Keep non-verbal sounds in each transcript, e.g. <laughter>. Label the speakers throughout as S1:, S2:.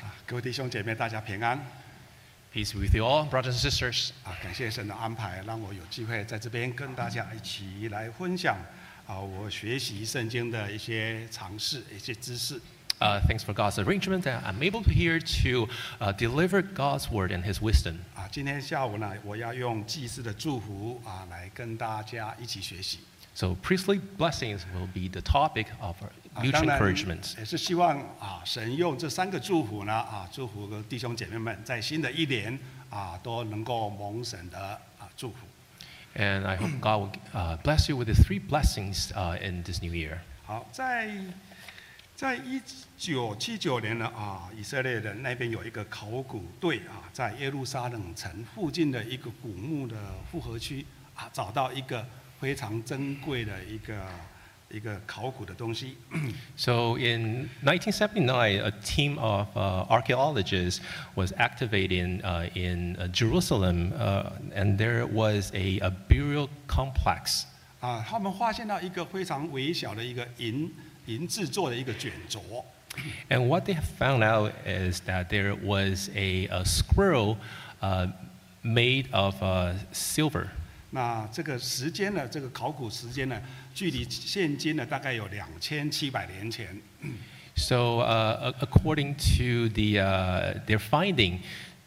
S1: 啊各位弟兄姐妹，大家平安
S2: Peace with you all, brothers and sisters.
S1: 啊！感谢神的安排，让我有机会在这边跟大家一起来分享啊，我学习圣经的一些尝试、一些知识。
S2: Uh, thanks for God's arrangement that I'm able to here to uh, deliver God's word and His wisdom.
S1: 啊，今天下午呢，我要用祭司的祝福啊，来跟大家一起学习。
S2: So priestly blessings will be the topic of our
S1: 啊
S2: mutual
S1: 当然
S2: encouragement.
S1: 也是希望啊，神用这三个祝福呢啊，祝福弟兄姐妹们在新的一年啊，都能够蒙神的啊祝福。
S2: And I hope God will uh, bless you with the three blessings uh, in this new year.
S1: 好，在在一九七九年呢啊，以色列人那边有一个考古队啊，在耶路撒冷城附近的一个古墓的复合区啊，找到一个非常珍贵的一个一个考古的东西。
S2: So in 1979, a team of uh, archaeologists was activated uh, in uh, Jerusalem, uh, and there was a, a burial complex
S1: 啊，他们发现到一个非常微小的一个银银制作的一个卷轴，
S2: And what they have found out is that there was a, a squirrel uh, made of uh, silver.
S1: 那这个时间呢，这个考古时间呢，距离现今呢大概有两千七百年前。
S2: So, uh, a- according to the, uh, their finding,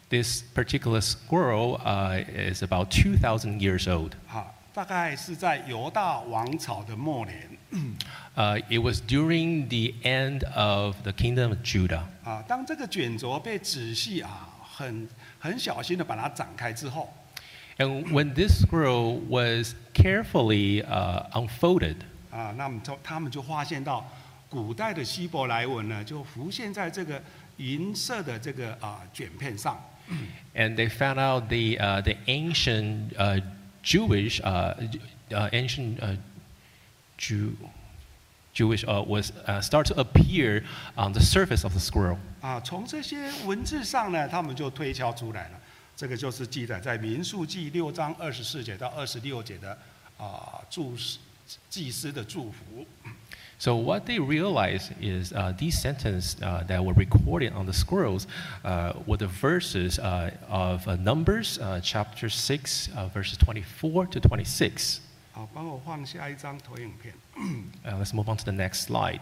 S2: this particular squirrel uh, is about 2,000 years old.
S1: 啊，大概是在犹大王朝的末年
S2: Uh, it was during the end of the kingdom of Judah.
S1: 啊，当这个卷轴被仔细啊，很很小心的把它展开之后，
S2: And when this squirrel was carefully uh, unfolded,
S1: 啊，那么就他们就发现到古代的希伯来文呢，就浮现在这个银色的这个啊卷片上
S2: and they found out the uh, the ancient uh, Jewish uh, Ju- uh, ancient uh, Jew. Jewish uh, was uh, start to appear on the surface of the squirrel,
S1: 啊，从这些文字上呢，他们就推敲出来了。这个就是记载在民数记六章二十四节到二十六节的啊祝祭司的祝福。
S2: so what they realized is uh, these sentences uh, that were recorded on the squirrels uh, were the verses uh, of uh, Numbers uh, chapter six, uh, verses twenty-four to twenty-six.
S1: 好，帮我啊放下一张投影片。
S2: Uh, let's move on to the next slide.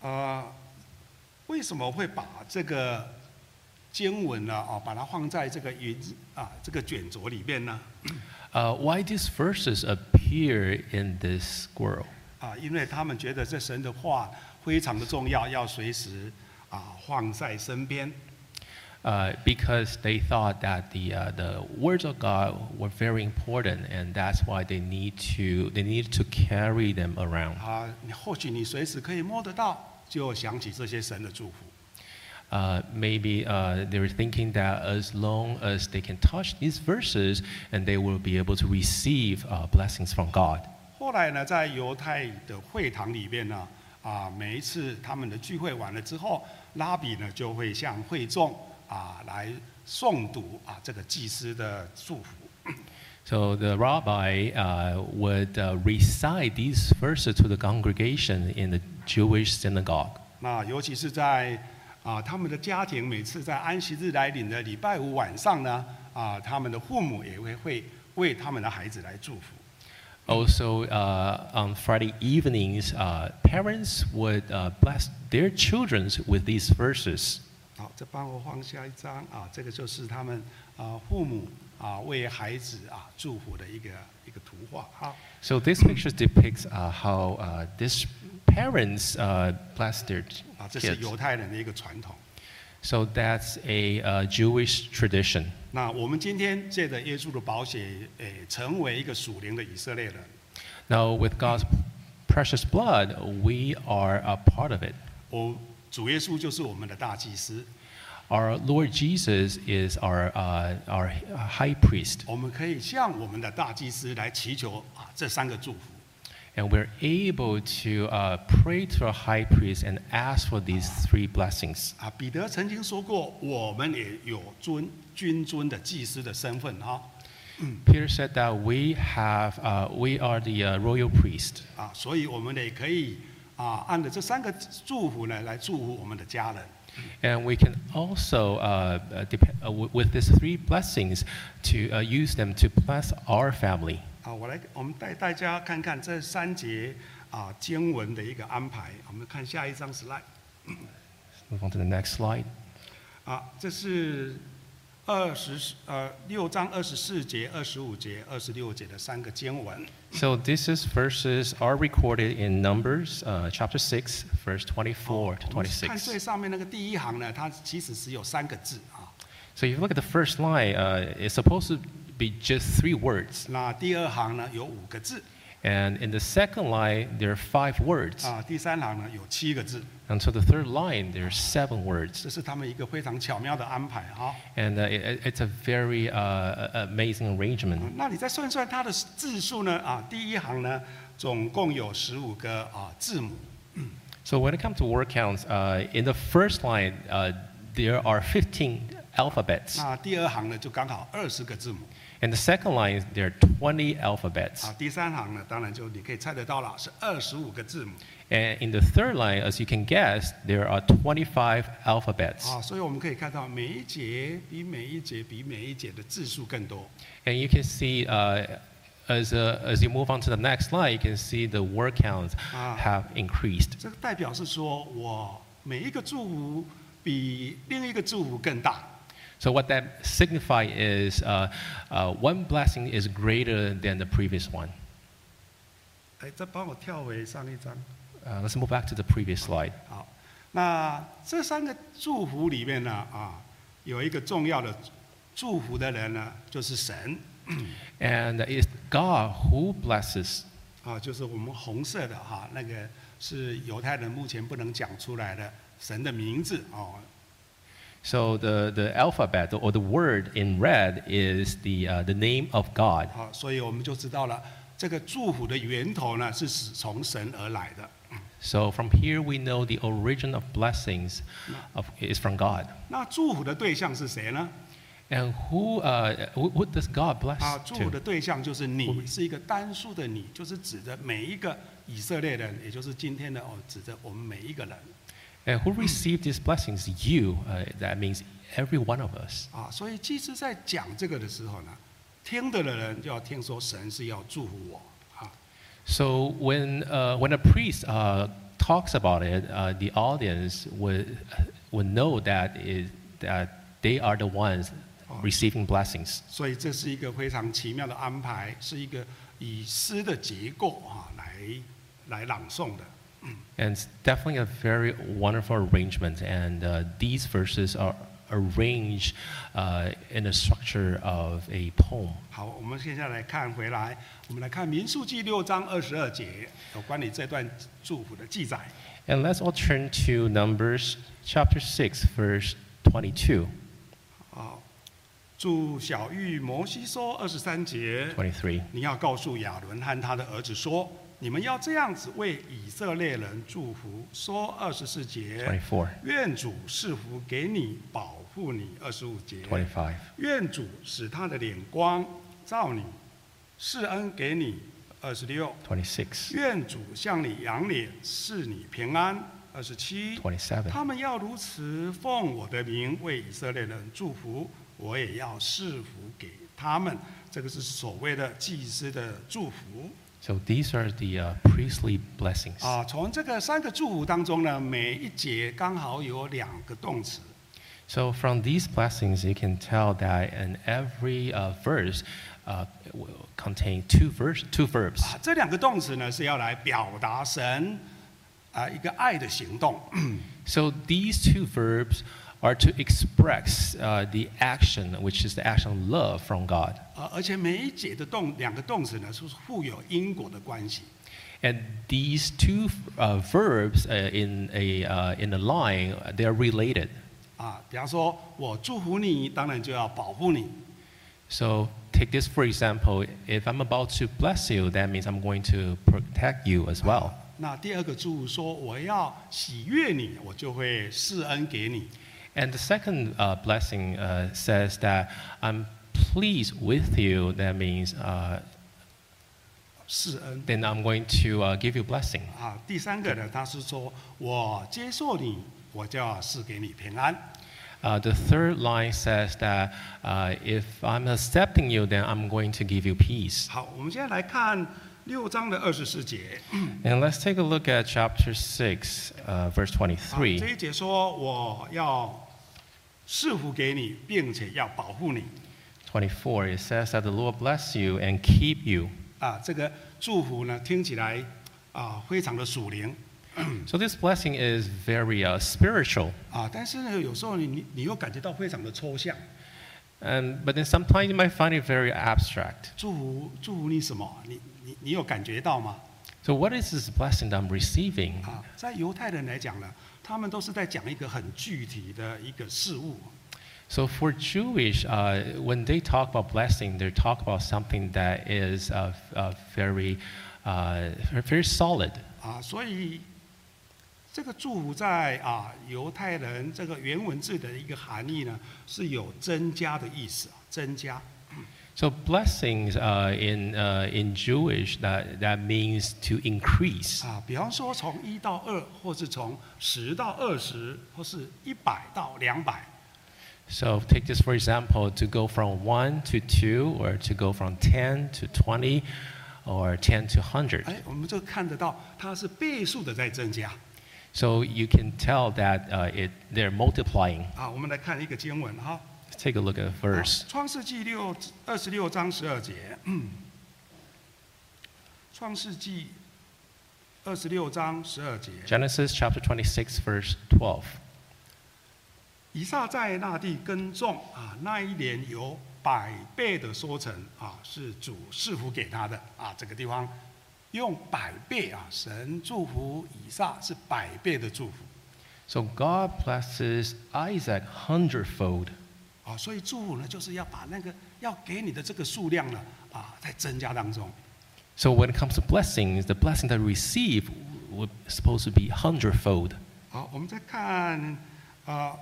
S1: 啊，为什么会把这个经文呢？啊，把它放在这个云啊这个卷轴里面呢？
S2: Uh, why these verses appear in this squirrel?
S1: 啊，因为他们觉得这神的话非常的重要，要随时啊放在身边。
S2: Uh, because they thought that the, uh, the words of God were very important, and that's why they need to they needed to carry them around.
S1: 啊，你或许你随时可以摸得到，就想起这些神的祝福。
S2: Uh, maybe uh, they were thinking that as long as they can touch these verses, and they will be able to receive uh, blessings from God.
S1: 后来呢，在犹太的会堂里面呢，啊，每一次他们的聚会完了之后，拉比呢就会向会众啊来诵读啊这个祭司的祝福。
S2: So the rabbi uh, would uh, recite these verses to the congregation in the Jewish synagogue.
S1: 那尤其是在啊他们的家庭，每次在安息日来临的礼拜五晚上呢，啊他们的父母也会会为他们的孩子来祝福。
S2: Also, uh, on Friday evenings, uh, parents would uh, bless their children with these verses.
S1: 好，再帮我放下一张啊，这个就是他们啊父母啊为孩子啊祝福的一个一个图画啊。
S2: So this picture depicts uh, how uh, this parents uh, bless their
S1: 啊，这是
S2: kids.
S1: 犹太人的一个传统。
S2: So that's a uh, Jewish tradition.
S1: 那我们今天借着耶稣的宝血，诶，成为一个属灵的以色列人
S2: Now, with God's precious blood, we are a part of it.
S1: 我主耶稣就是我们的大祭司，
S2: Our Lord Jesus is our uh, our high priest,
S1: 我们可以向我们的大祭司来祈求啊这三个祝福。
S2: and we're able to uh, pray to our high priest and ask for these three blessings.
S1: 啊，彼得曾经说过，我们也有尊君尊的祭司的身份啊哈、
S2: Peter said that we have, uh, we are the uh, royal priest,
S1: 啊，所以我们也可以啊，按着这三个祝福呢，来祝福我们的家人。
S2: And we can also, uh, uh, depend, uh, w- with these three blessings, to uh, use them to bless our family.
S1: 啊，我来，我们带大家看看这三节啊经文的一个安排。我们看下一张 slide。
S2: Move on to the next slide.
S1: 啊，这是二十呃六章二十四节、二十五节、二十六节的三个经文。
S2: So this is verses are recorded in Numbers uh, chapter 6, verse 24 to
S1: 我们看
S2: 26.
S1: 最上面那个第一行呢，它其实只有三个字啊。
S2: So if you look at the first line, uh, it's supposed to be just three words.
S1: 那第二行呢有五个字
S2: And in the second line, there are five words.
S1: 啊，第三行呢有七个字，
S2: And so the third line, there are seven words.
S1: 这是他们一个非常巧妙的安排啊。
S2: And uh, it, it's a very uh, amazing arrangement.
S1: 那你再算算它的字数呢啊，第一行呢总共有十五个啊字母
S2: So when it comes to word counts, uh, in the first line, uh, there are 15 alphabets.
S1: 那第二行呢就刚好二十个字母
S2: In the second line, there are 20 alphabets.
S1: 啊，第三行呢当然就你可以猜得到了，是二十五个字母
S2: And in the third line, as you can guess, there are 25 alphabets.
S1: 啊，所以我们可以看到每一节比每一节比每一节的字数更多
S2: And you can see, uh, as, uh, as you move on to the next line, you can see the word counts
S1: Ah.
S2: have increased.
S1: 这个代表是说我每一个祝福比另一个祝福更大
S2: So what that signifies is uh, uh, one blessing is greater than the previous one.
S1: 哎，再帮我跳回上一张。
S2: Uh, let's move back to the previous slide.
S1: 好，那这三个祝福里面呢，啊，有一个重要的祝福的人呢，就是神，
S2: And it's God who blesses.
S1: 啊，就是我们红色的哈、那个是犹太人目前不能讲出来的神的名字哦。
S2: So the, the alphabet or the word in red is the, uh, the name of God.
S1: 好，所以我们就知道了这个祝福的源头呢，是始从神而来的。
S2: So from here we know the origin of blessings of, is from God.
S1: 那祝福的对象是谁呢？
S2: And who, uh, who, who does God bless
S1: 啊，祝福的
S2: to?
S1: 对象就是你，是一个单数的你，就是指着每一个以色列人，也就是今天的哦，指着我们每一个人。
S2: And who received these blessings? You. Uh, that means every one of us.
S1: 啊，所以祭司在讲这个的时候呢，听的的人就要听说神是要祝福我啊。
S2: So when, uh, when a priest uh, talks about it, uh, the audience would, would know that, is, that they are the ones receiving blessings.
S1: 所以这是一个非常奇妙的安排，是一个以诗的结构啊来来朗诵的。
S2: And it's definitely a very wonderful arrangement. And uh, these verses are arranged uh, in the structure of a poem.
S1: 好，我们现在来看回来，我们来看民数记六章二十二节有关于这段祝福的记载。
S2: And let's all turn to Numbers chapter 6, verse 22,
S1: 啊，祝小玉摩西说二十三节。
S2: 23.
S1: 你要告诉亚伦和他的儿子说：“你们要这样子为以色列人祝福。”说二十四节，
S2: 24,
S1: 愿主赐福给你，保护你。二十五节，
S2: 25.
S1: 愿主使他的脸光照你，施恩给你。二十六，
S2: 26,
S1: 愿主向你扬脸，赐你平安。二十七，
S2: 27.
S1: 他们要如此奉我的名为以色列人祝福，我也要赐福给他们。这个是所谓的祭司的祝福
S2: So these are the uh, priestly blessings.
S1: 啊。从这个三个祝福当中呢，每一节刚好有两个动词
S2: So from these blessings, you can tell that in every uh, verse uh, will contain two, verse, two verbs.
S1: 啊。这两个动词呢，是要来表达神啊一个爱的行动
S2: So these two verbs are to express uh, the action, which is the action of love from God.
S1: 啊，而且每一节的动两个动词呢，是互有因果的关系。
S2: And these two uh, verbs uh, in, a, uh, in a line, they are related.
S1: 啊，比方说，我祝福你，当然就要保护你；
S2: So take this for example, if I'm about to bless you, that means I'm going to protect you as well.
S1: 那第二个祝福说我要喜悦你，我就会施恩给你。
S2: And the second uh, blessing uh, says that I'm pleased with you, that means uh,
S1: 施恩。
S2: then I'm going to uh, give you blessing.
S1: 啊，第三个呢，他是说我接受你，我就要赐给你平安。
S2: Uh, the third line says that uh, if I'm accepting you, then I'm going to give you peace.
S1: 好，我们现在来看六章的二十四节。
S2: And let's take a look at chapter 6, uh,
S1: 啊
S2: verse
S1: 这
S2: 23.
S1: 一节说我要赐福给你，并且要保护你。
S2: 24, it says that the Lord bless you and keep you.
S1: 啊，这个祝福呢，听起来啊非常的属灵
S2: So this blessing is very uh, spiritual.
S1: 啊，但是呢，有时候你你你又感觉到非常的抽象。
S2: And, but then sometimes you might find it very abstract.
S1: 祝福祝福你什么？你你你有感觉到吗？
S2: So what is this blessing that I'm receiving?
S1: 啊，在犹太人来讲呢，他们都是在讲一个很具体的一个事物。
S2: So for Jewish, uh, when they talk about blessing, they talk about something that is uh, f- uh, very, uh, very solid.
S1: 啊，所以这个祝福在啊犹太人这个原文字的一个含义呢，是有增加的意思，增加
S2: So blessings uh, in uh, in Jewish that that means to increase.
S1: 啊，比方说从一到二，或是从十到二十，或是一百到两百
S2: So take this for example: to go from one to two, or to go from ten to twenty, or ten to hundred.
S1: 哎，我们就看得到它是倍数的在增加
S2: So you can tell that uh, it they're multiplying.
S1: 啊。我们来看一个经文哈，
S2: Let's take a look at a
S1: 啊
S2: verse.
S1: 《创世纪六二十六章十二节，创世纪二十六章十二节。
S2: Genesis chapter 26, verse 12.
S1: 以撒在那地耕种啊，那一年有百倍的收成啊，是主赐福给他的啊。这个地方用百倍啊，神祝福以撒是百倍的祝福
S2: So God blesses Isaac hundredfold.
S1: 啊，所以祝福呢，就是要把那个要给你的这个数量呢啊，在增加当中
S2: So when it comes to blessings, the blessing that we receive was supposed to be hundredfold.
S1: 好，我们再看啊啊、呃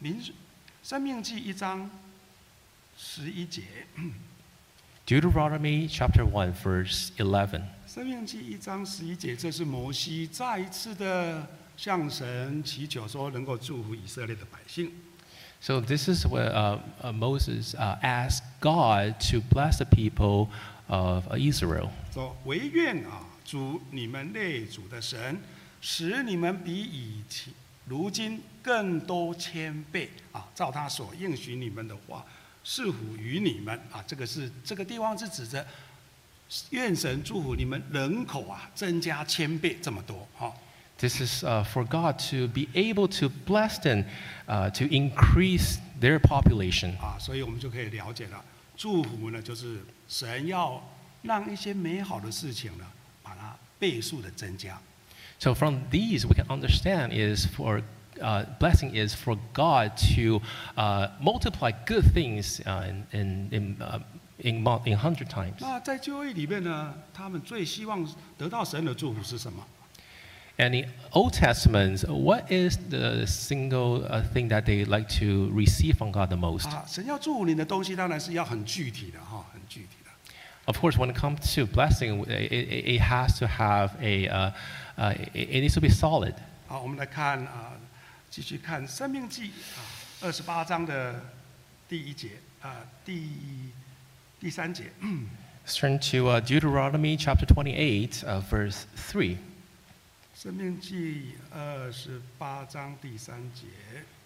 S1: 民数生命记一章十一节，
S2: Deuteronomy chapter 1, verse 11.
S1: 生命记一章十一节，这是摩西再一次的向神祈求，说能够祝福以色列的百姓。
S2: So this is where uh, uh, Moses uh, asked God to bless the people of Israel.
S1: 说唯愿啊，主你们列祖的神，使你们比以前如今更多千倍啊，照他所应许你们的话，赐福于你们啊。这个是这个地方是指着愿神祝福你们人口啊增加千倍这么多啊哈、
S2: This is uh, for God to be able to bless them, uh, to increase their population.
S1: 啊，所以我们就可以了解了，祝福呢，就是神要让一些美好的事情呢，把它倍数的增加
S2: So from these, we can understand is for uh, blessing is for God to uh, multiply good things uh, in in in, uh, in, mul- in hundred times.
S1: 那在就业里面呢，他们最希望得到神的祝福是什么？
S2: And in Old Testament, what is the single uh, thing that they like to receive from God the most?
S1: 啊，神要祝福你的东西，当然是要很具体的哈、很具体的。
S2: Of course, when it comes to blessing, it, it, it has to have a uh, uh, it, it needs to be solid.
S1: 好，我们来看啊，继续看《生命记》啊，二十八章的第一节啊，第第三节。
S2: Let's turn to uh, Deuteronomy chapter 28, uh, verse 3.
S1: 生命记二十八章第三节，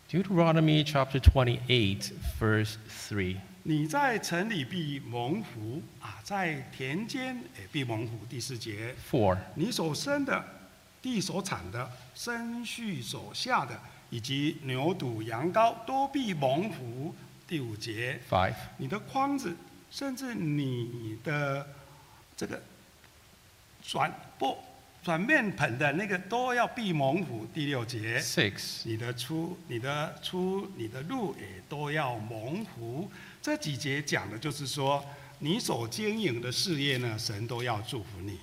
S2: Deuteronomy chapter 28, verse 3.
S1: 你在城里必蒙福啊，在田间也必蒙福。第四节，
S2: 4.
S1: 你所生的、地所产的、牲畜所下的，以及牛犊、羊羔，都必蒙福。第五节，
S2: 5.
S1: 你的筐子，甚至你的这个转钵、转面盆的那个，都要必蒙福。第六节，
S2: 6.
S1: 你的出、你的出、你的入也都要蒙福。这几节讲的就是说，你所经营的事业呢，神都要祝福你。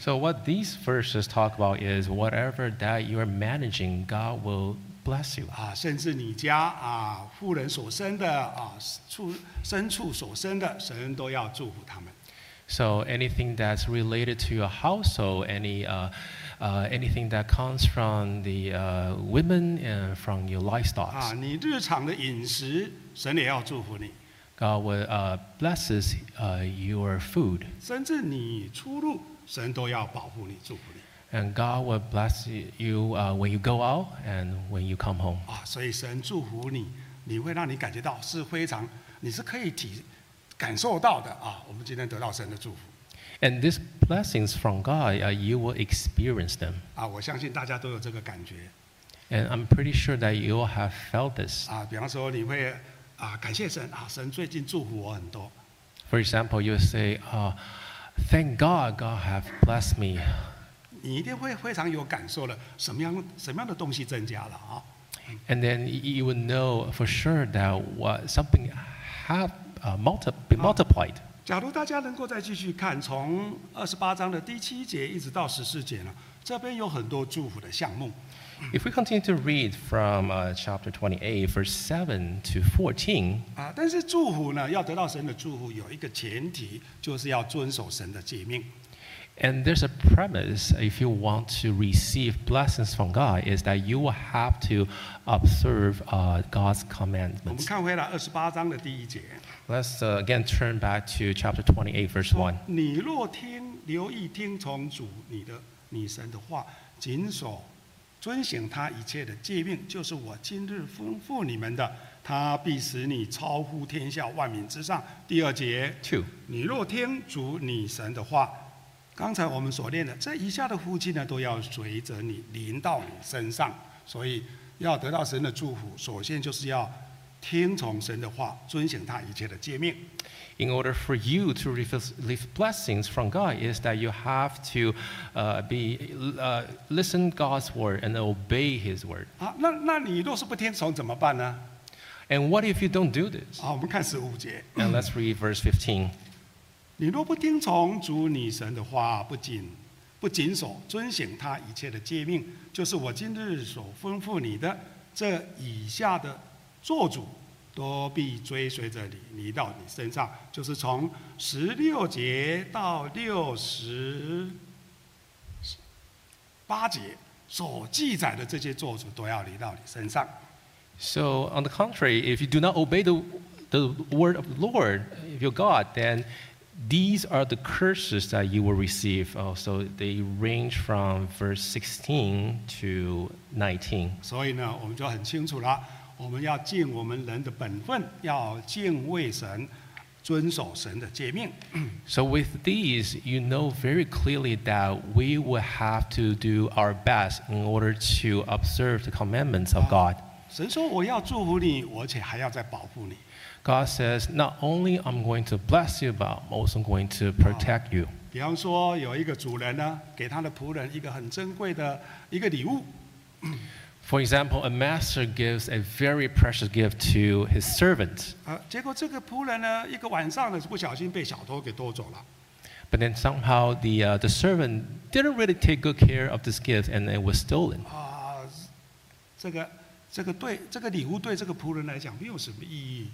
S2: So, what these verses talk about is whatever that you are managing, God will bless you.
S1: 啊，甚至你家啊，富人所生的啊，畜牲畜所生的，神都要祝福他们。
S2: So anything that's related to your household, any uh, uh, anything that comes from the uh, women and from your livestock,
S1: 啊，你日常的饮食，神也要祝福你，
S2: God will uh, blesses uh, your food,
S1: 甚至你出入，神都要保护你、祝福你
S2: and God will bless you uh, when you go out and when you come home.
S1: 啊。所以神祝福你，你会让你感觉到是非常，你是可以体感受到的啊。我们今天得到神的祝福
S2: And these blessings from God, uh, you will experience them.
S1: 啊，我相信大家都有这个感觉
S2: And I'm pretty sure that you all have felt this.
S1: 啊。比方说，你会啊感谢神啊，神最近祝福我很多
S2: For example, you say, uh, "Thank God, God have blessed me,"
S1: 你一定会非常有感受的，什么样什么样的东西增加了啊？
S2: and then y- you will know for sure that what something have uh, multi- been multiplied.
S1: 假如大家能够再继续看，从二十八章的第七节一直到十四节呢，这边有很多祝福的项目
S2: If we continue to read from uh, chapter 28, verse 7 to 14,
S1: 啊。但是祝福呢，要得到神的祝福，有一个前提，就是要遵守神的诫命
S2: and there's a premise if you want to receive blessings from God, is that you will have to observe uh, God's
S1: 我们
S2: commandments.
S1: 看回来二十八章的第一节，
S2: Let's uh, again turn back to chapter 28, verse 1.
S1: 你若听留意听从主你的你神的话，谨守遵行他一切的诫命，就是我今日吩咐你们的，他必使你超乎天下万民之上。第二节。
S2: 2.
S1: 你若听主你神的话，刚才我们所念的这以下的福气呢，都要随着你临到你身上。所以要得到神的祝福，首先就是要听从神的话，遵行他一切的诫命。
S2: in order for you to receive blessings from God is that you have to uh, be uh, listen God's word and obey His word.
S1: 啊，那那你若是不听从怎么办呢？
S2: And what if you don't do this?
S1: 啊，我们看十五节，
S2: And let's read verse 15.
S1: 你若不听从主你神的话，不仅不谨守遵行他一切的诫命，就是我今日所吩咐你的，这以下的做主都必追随着你，你到你身上。就是从十六节到六十八节所记载的这些做主都要临到你身上。
S2: So, on the contrary, if you do not obey the, the word of the Lord, your God, then these are the curses that you will receive. Uh, so, they range from verse 16 to 19.
S1: 所以呢，我们就很清楚了，我们要尽我们人的本分，要敬畏神，遵守神的诫命。
S2: So with these, you know very clearly that we will have to do our best in order to observe the commandments of God.
S1: 神说：“我要祝福你，我且还要再保护你。
S2: God says, not only I'm going to bless you, but I'm also going to protect you. ”
S1: 比方说，有一个主人呢，给他的仆人一个很珍贵的一个礼物，
S2: For example, a master gives a very precious gift to his servant,
S1: 啊，结果这个仆人呢，一个晚上呢，不小心被小偷给偷走了。
S2: but then somehow the, uh, the servant didn't really take good care of this gift and it was stolen.
S1: 啊，这个这个对这个礼物对这个仆人来讲没有什么意义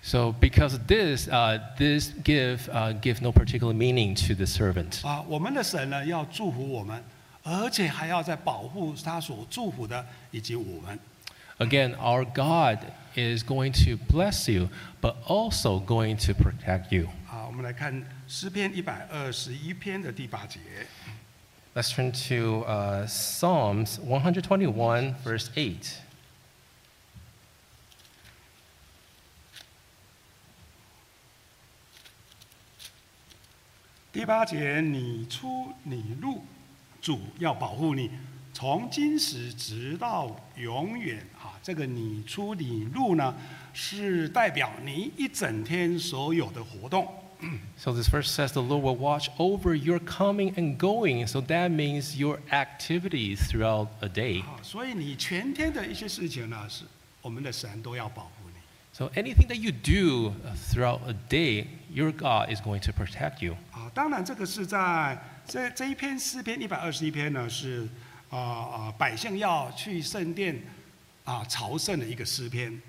S2: So because of this, uh, this gift uh, give no particular meaning to the servant.
S1: 啊。我们的神呢，要祝福我们，而且还要在保护他所祝福的以及我们。
S2: Again, our God is going to bless you, but also going to protect you.
S1: 啊，我们来看诗篇一百二十一篇的第八节。
S2: Let's turn to uh, Psalms 121, verse 8.
S1: 第八节，你出你入，主要保护你，从今时直到永远啊！这个你出你入呢，是代表你一整天所有的活动
S2: So this verse says, The Lord will watch over your coming and going. So that means your activities throughout a day.
S1: 啊，所以你全天的一些事情呢，是我们的神都要保护你
S2: So anything that you do uh, throughout a day, your God is going to protect you.
S1: 啊。当然，这个是在这这一篇诗篇一百二十一篇呢，是啊啊、百姓要去圣殿啊朝圣的一个诗篇。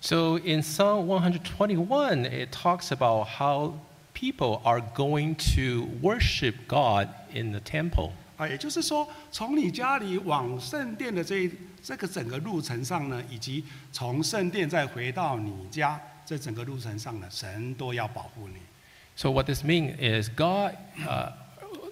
S2: So in Psalm 121, it talks about how people are going to worship God in the temple.
S1: 啊，也就是说，从你家里往圣殿的这一这个整个路程上呢，以及从圣殿再回到你家这整个路程上呢，神都要保护你。
S2: So what this means is God uh,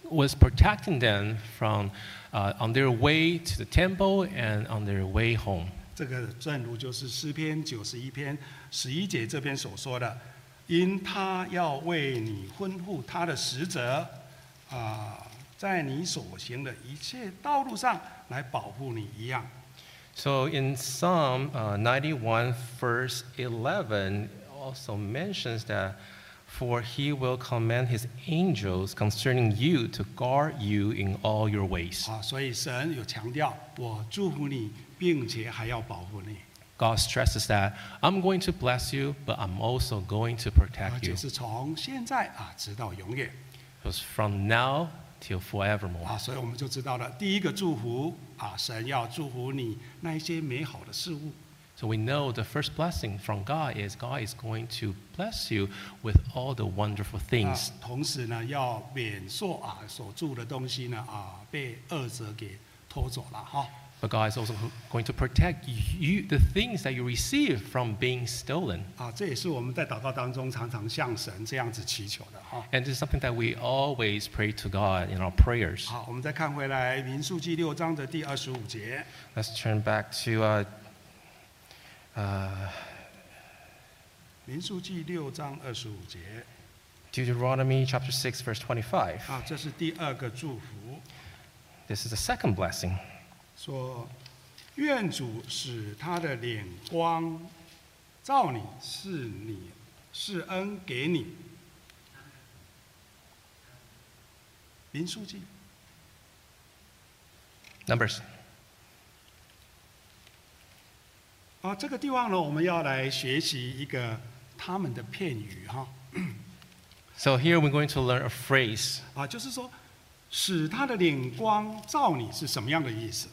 S2: was protecting them from uh, on their way to the temple and on their way home.
S1: 这个正如就是诗篇九十一篇十一节这边所说的，因他要为你吩咐他的使者，啊、在你所行的一切道路上来保护你一样。
S2: So in Psalm uh, 91, verse 11, also mentions that, for he will command his angels concerning you to guard you in all your ways.
S1: 啊，所以神有强调，我祝福你，并且还要保护你，
S2: God stresses that I'm going to bless you, but I'm also going to protect
S1: 而
S2: you.
S1: 且啊是从现在啊，直到永远
S2: Because from now till forevermore.
S1: 啊，所以我们就知道了，第一个祝福啊，神要祝福你那一些美好的事物。
S2: So we know the first blessing from God is God is going to bless you with all the wonderful
S1: 啊
S2: things.
S1: 同时呢，要免受啊所住的东西呢啊被恶者给偷走了哈。
S2: But God is also going to protect you, the things that you receive from being stolen.
S1: 啊，这也是我们在祷告当中常常向神这样子祈求的哈。
S2: And this is something that we always pray to God in our prayers.
S1: 好，我们再看回来《民数记》六章的第二十五节
S2: Let's turn back to uh,
S1: 《
S2: uh,
S1: 民数记》六章二十五节
S2: Deuteronomy chapter 6, verse 25.
S1: 啊，这是第二个祝福，
S2: This is the second blessing.
S1: 说愿主使他的脸光照你，是你是恩给你。《民数记》
S2: Numbers.
S1: 啊，这个地方呢，我们要来学习一个他们的片语哈，
S2: So here we're going to learn a phrase.
S1: 啊，就是说，使他的脸光照你是什么样的意思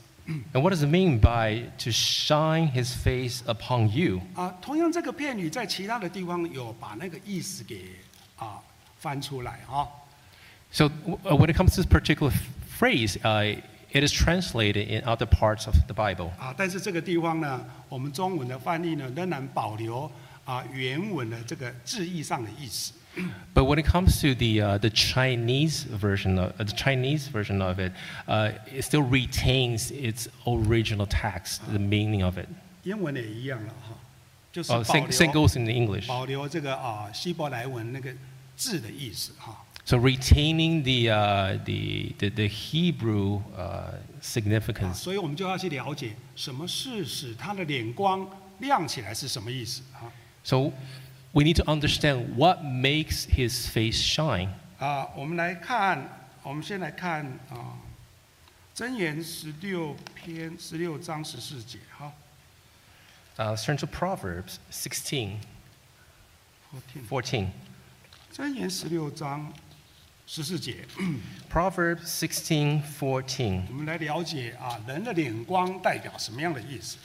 S2: And what does it mean by to shine his face upon you?
S1: 啊？同样，这个片语在其他的地方有把那个意思给啊翻出来啊，
S2: So w- uh, when it comes to this particular f- phrase, uh, it is translated in other parts of the Bible.
S1: 啊，但是这个地方呢，我们中文的翻译呢，仍然保留啊原文的这个字义上的意思
S2: But when it comes to the, uh, the Chinese version of uh, the Chinese version of it, uh, it still retains its original text, the meaning of it.
S1: 英文也一样了哈，就是保
S2: Uh, same, same
S1: 留
S2: goes in the English.
S1: 保留这个啊希伯来文那个字的意思哈。
S2: So retaining the, uh, the, the, the Hebrew uh,
S1: 啊
S2: significance.
S1: 所以我们就要去了解什么是使他的脸光亮起来是什么意思啊
S2: So we need to understand what makes his face shine.
S1: 啊！我们来看，我们先来看啊，《箴言》十六篇十六章十四节哈
S2: Uh, let's turn to Proverbs 16,
S1: 14
S2: 14.
S1: 箴言》十六章十四节，
S2: Proverbs 16, 14.
S1: 我们来了解啊，人的脸光代表什么样的意思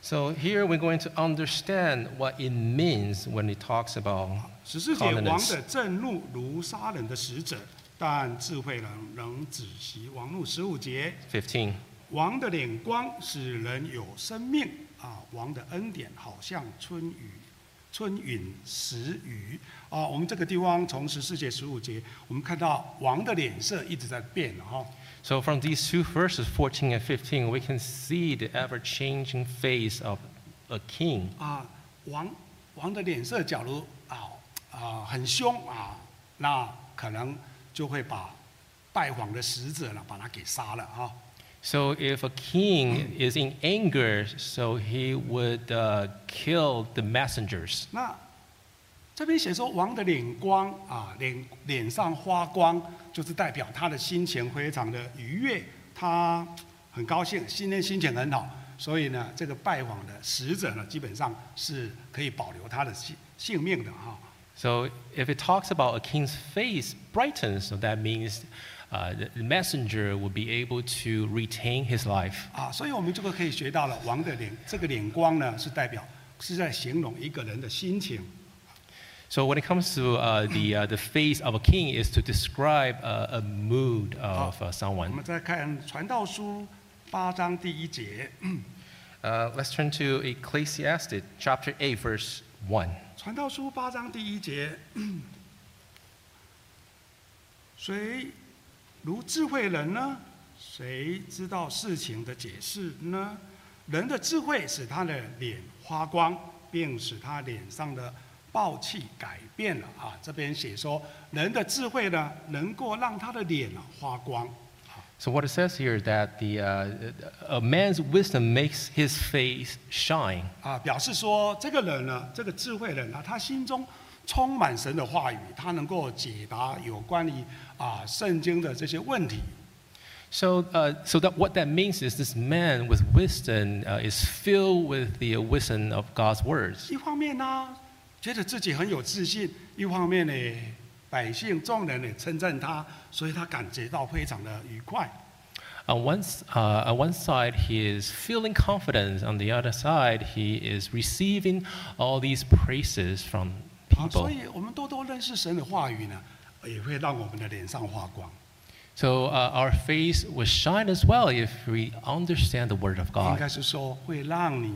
S2: So here we're going to understand what it means when it talks about
S1: 十四节，王
S2: covenants.
S1: 的震怒如杀人的使者，但智慧人能止息王怒。十五节，
S2: 15.
S1: 王的脸光使人有生命啊，王的恩典好像春雨、春雨、时雨啊。我们这个地方从十四节、十五节，我们看到王的脸色一直在变哈、
S2: So from these two verses, 14 and 15, we can see the ever-changing face of a king.
S1: 啊，王王的脸色，假如啊啊很凶啊，那可能就会把拜访的使者呢把他给杀了啊。
S2: So if a king is in anger, so he would uh, kill the messengers.
S1: 那这边写说王的脸光啊，脸脸上发光，就是代表他的心情非常的愉悦，他很高兴，今天心情很好，所以呢，这个拜访的使者呢，基本上是可以保留他的性性命的哈、
S2: So if it talks about a king's face brightens, so that means uh, the messenger will be able to retain his life.
S1: 啊，所以我们这个可以学到了王的脸，这个脸光呢是代表是在形容一个人的心情
S2: So when it comes to uh, the uh, the face of a king is to describe uh, a mood of uh,
S1: 我
S2: someone.
S1: 们再看《传道书》八章第一节，《
S2: Uh, let's turn to Ecclesiastes chapter eight, verse one.
S1: 传道书》八章第一节， <clears throat> 谁如智慧人呢？谁知道事情的解释呢？人的智慧使他的脸发光，并使他脸上的暴气改变了啊！这边写说，人的智慧呢，能够让他的脸啊发光。
S2: So what it says here that the uh, a man's wisdom makes his face shine.
S1: 啊，表示说这个人呢，这个智慧人啊，他心中充满神的话语，他能够解答有关于啊圣经的这些问题。
S2: So uh, so that what that means is this man with wisdom uh, is filled with the wisdom of God's words.
S1: 一方面呢、觉得自己很有自信；一方面呢，百姓众人呢称赞他，所以他感觉到非常的愉快。
S2: On one, s- uh, on one side, he is feeling confidence. On the other side, he is receiving all these praises from
S1: 啊，所
S2: people.
S1: 以我们多多认识神的话语呢，也会让我们的脸上发光。
S2: So uh, our face will shine as well if we understand the Word of
S1: 应
S2: God.
S1: 该是说会让你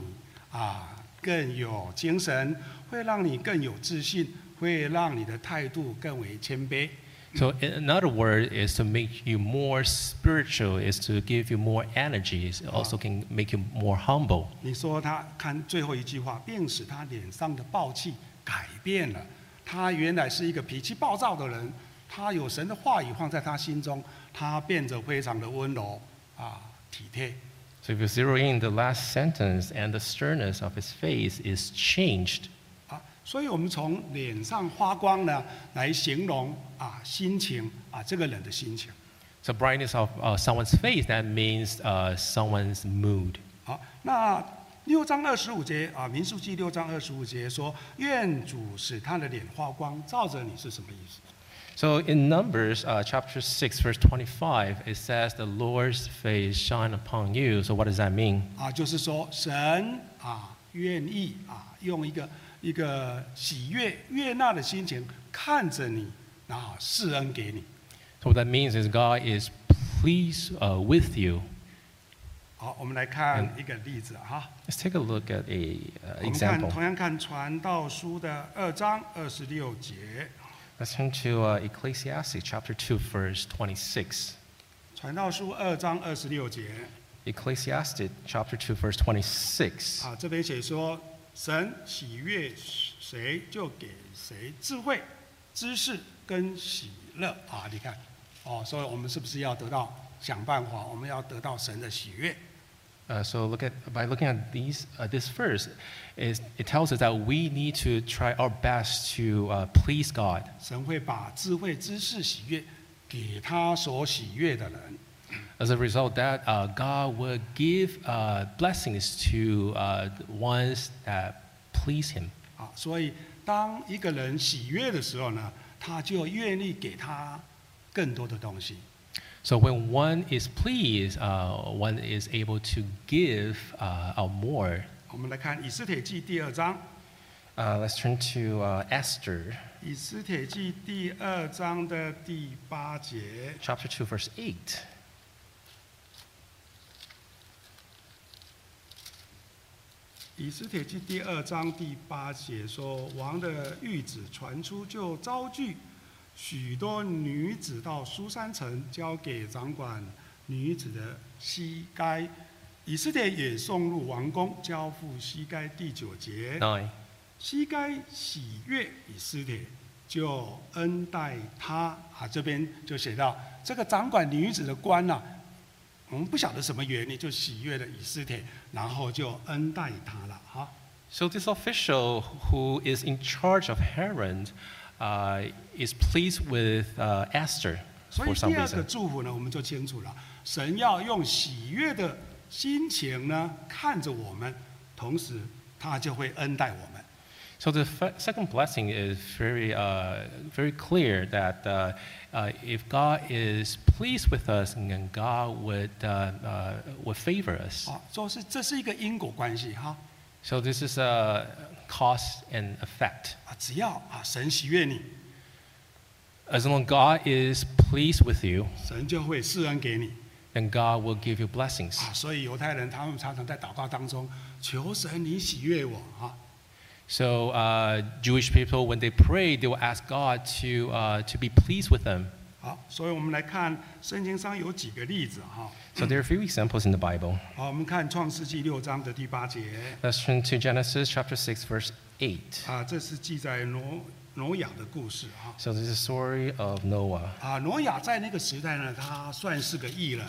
S1: 啊更有精神，会让你更有自信，会让你的态度更为谦卑。
S2: So in another word is to make you more spiritual, is to give you more energy. It also can make you more humble.
S1: 你说他看最后一句话，并使他脸上的暴气改变了。他原来是一个脾气暴躁的人，他有神的话语放在他心中，他变得非常的温柔啊体贴。
S2: So if you zero in the last sentence and the sternness of his face is changed
S1: 啊，所以我们从脸上发光呢，来形容啊心情啊这个人的心情。
S2: So brightness of uh, someone's face that means uh, someone's mood.
S1: 好，那六章二十五节啊，《民数记》六章二十五节说：“愿主使他的脸发光，照着你。”是什么意思？
S2: So in Numbers uh, chapter six verse twenty-five, it says the Lord's face shine upon you. So what does that mean?
S1: 啊，就是说神啊，愿意啊，用一个一个喜悦、悦纳的心情看着你，啊，施恩给你。
S2: So what that means is God is pleased uh, with you.
S1: 好，我们来看一个例子哈、
S2: Let's take a look at a uh,
S1: 我们看
S2: example.
S1: 同样看《传道书》的二章二十六节，
S2: Let's turn to uh, Ecclesiastes chapter two verse twenty-six.
S1: 《传道书》二章二十六节。
S2: Ecclesiastes chapter two verse twenty-six.
S1: 啊，这边写说，神喜悦谁就给谁智慧、知识跟喜乐啊！你看，哦，所以我们是不是要得到想办法？我们要得到神的喜悦。
S2: Uh, so look at by looking at these uh, this verse, is, it tells us that we need to try our best to uh, please God.
S1: 神会把智慧、知识、喜悦给他所喜悦的人。
S2: As a result, that uh, God will give uh, blessings to uh, the ones that please Him.
S1: 啊，所以当一个人喜悦的时候呢，他就愿意给他更多的东西。
S2: So when one is pleased, uh, one is able to give uh, out more.
S1: 我们来看《以斯帖记》第二章，《
S2: Uh, let's turn to uh, Esther
S1: 以斯帖记》第二章的第八节。
S2: chapter two, verse eight.
S1: 以斯帖记第二章第八节说，王的谕旨传出，就招聚许多女子到苏山城，交给掌管女子的西该。以斯帖也送入王宫，交付西该第九节。
S2: Nine.
S1: 西该喜悦以斯帖，就恩待他啊。这边就写到这个掌管女子的官呐、我们不晓得什么原因，就喜悦了以斯帖，然后就恩待他了哈、
S2: So this official who is in charge of Herod uh, is pleased with uh, Esther
S1: 所以
S2: for
S1: 第
S2: some
S1: 二个
S2: reason.
S1: 祝福呢，我们就清楚了，神要用喜悦的心情呢看着我们，同时他就会恩待我们。
S2: So the f- second blessing is very, uh, very clear that uh, uh, if God is pleased with us, then
S1: 哦
S2: God would, uh, uh, would favor us.
S1: 啊，说是这是一个因果关系哈。
S2: So this is a cause and effect.
S1: 啊，只要啊神喜悦你，
S2: As long as God is pleased with you,
S1: 神就会施恩给你
S2: then God will give you blessings.
S1: 啊。所以犹太人他们常常在祷告当中求神你喜悦我啊。
S2: So uh, Jewish people, when they pray, they will ask God to, uh, to be pleased with them.
S1: 好，所以我们来看圣经上有几个例子哈。
S2: So there are a few examples in the Bible.
S1: 好，我们看创世纪六章的第八节
S2: Let's turn to Genesis chapter 6, verse 8.
S1: 啊，这是记载挪挪亚的故事哈。
S2: So this is the story of Noah.
S1: 啊，挪亚在那个时代呢，他算是个异人。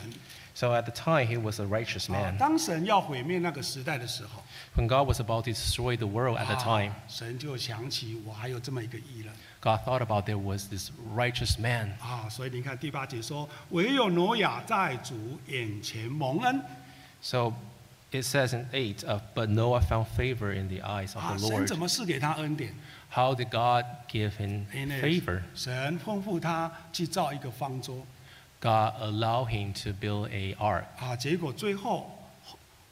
S2: So at the time, he was a righteous
S1: 啊
S2: man.
S1: 当神要毁灭那个时代的时候，
S2: When God was about to destroy the world at the
S1: 啊
S2: time,
S1: 神就想起我还有这么一个异人
S2: God thought about there was this righteous man.
S1: 啊，所以你看第八节说，唯有挪亚在主眼前蒙恩
S2: So it says in 8, uh, but Noah found favor in the eyes of
S1: 啊，
S2: the
S1: 神
S2: Lord.
S1: 怎么赐给他恩典？
S2: How did God give him
S1: 因为
S2: favor?
S1: 神吩咐他去造一个方舟
S2: God allowed him to build a ark.
S1: 啊，结果最后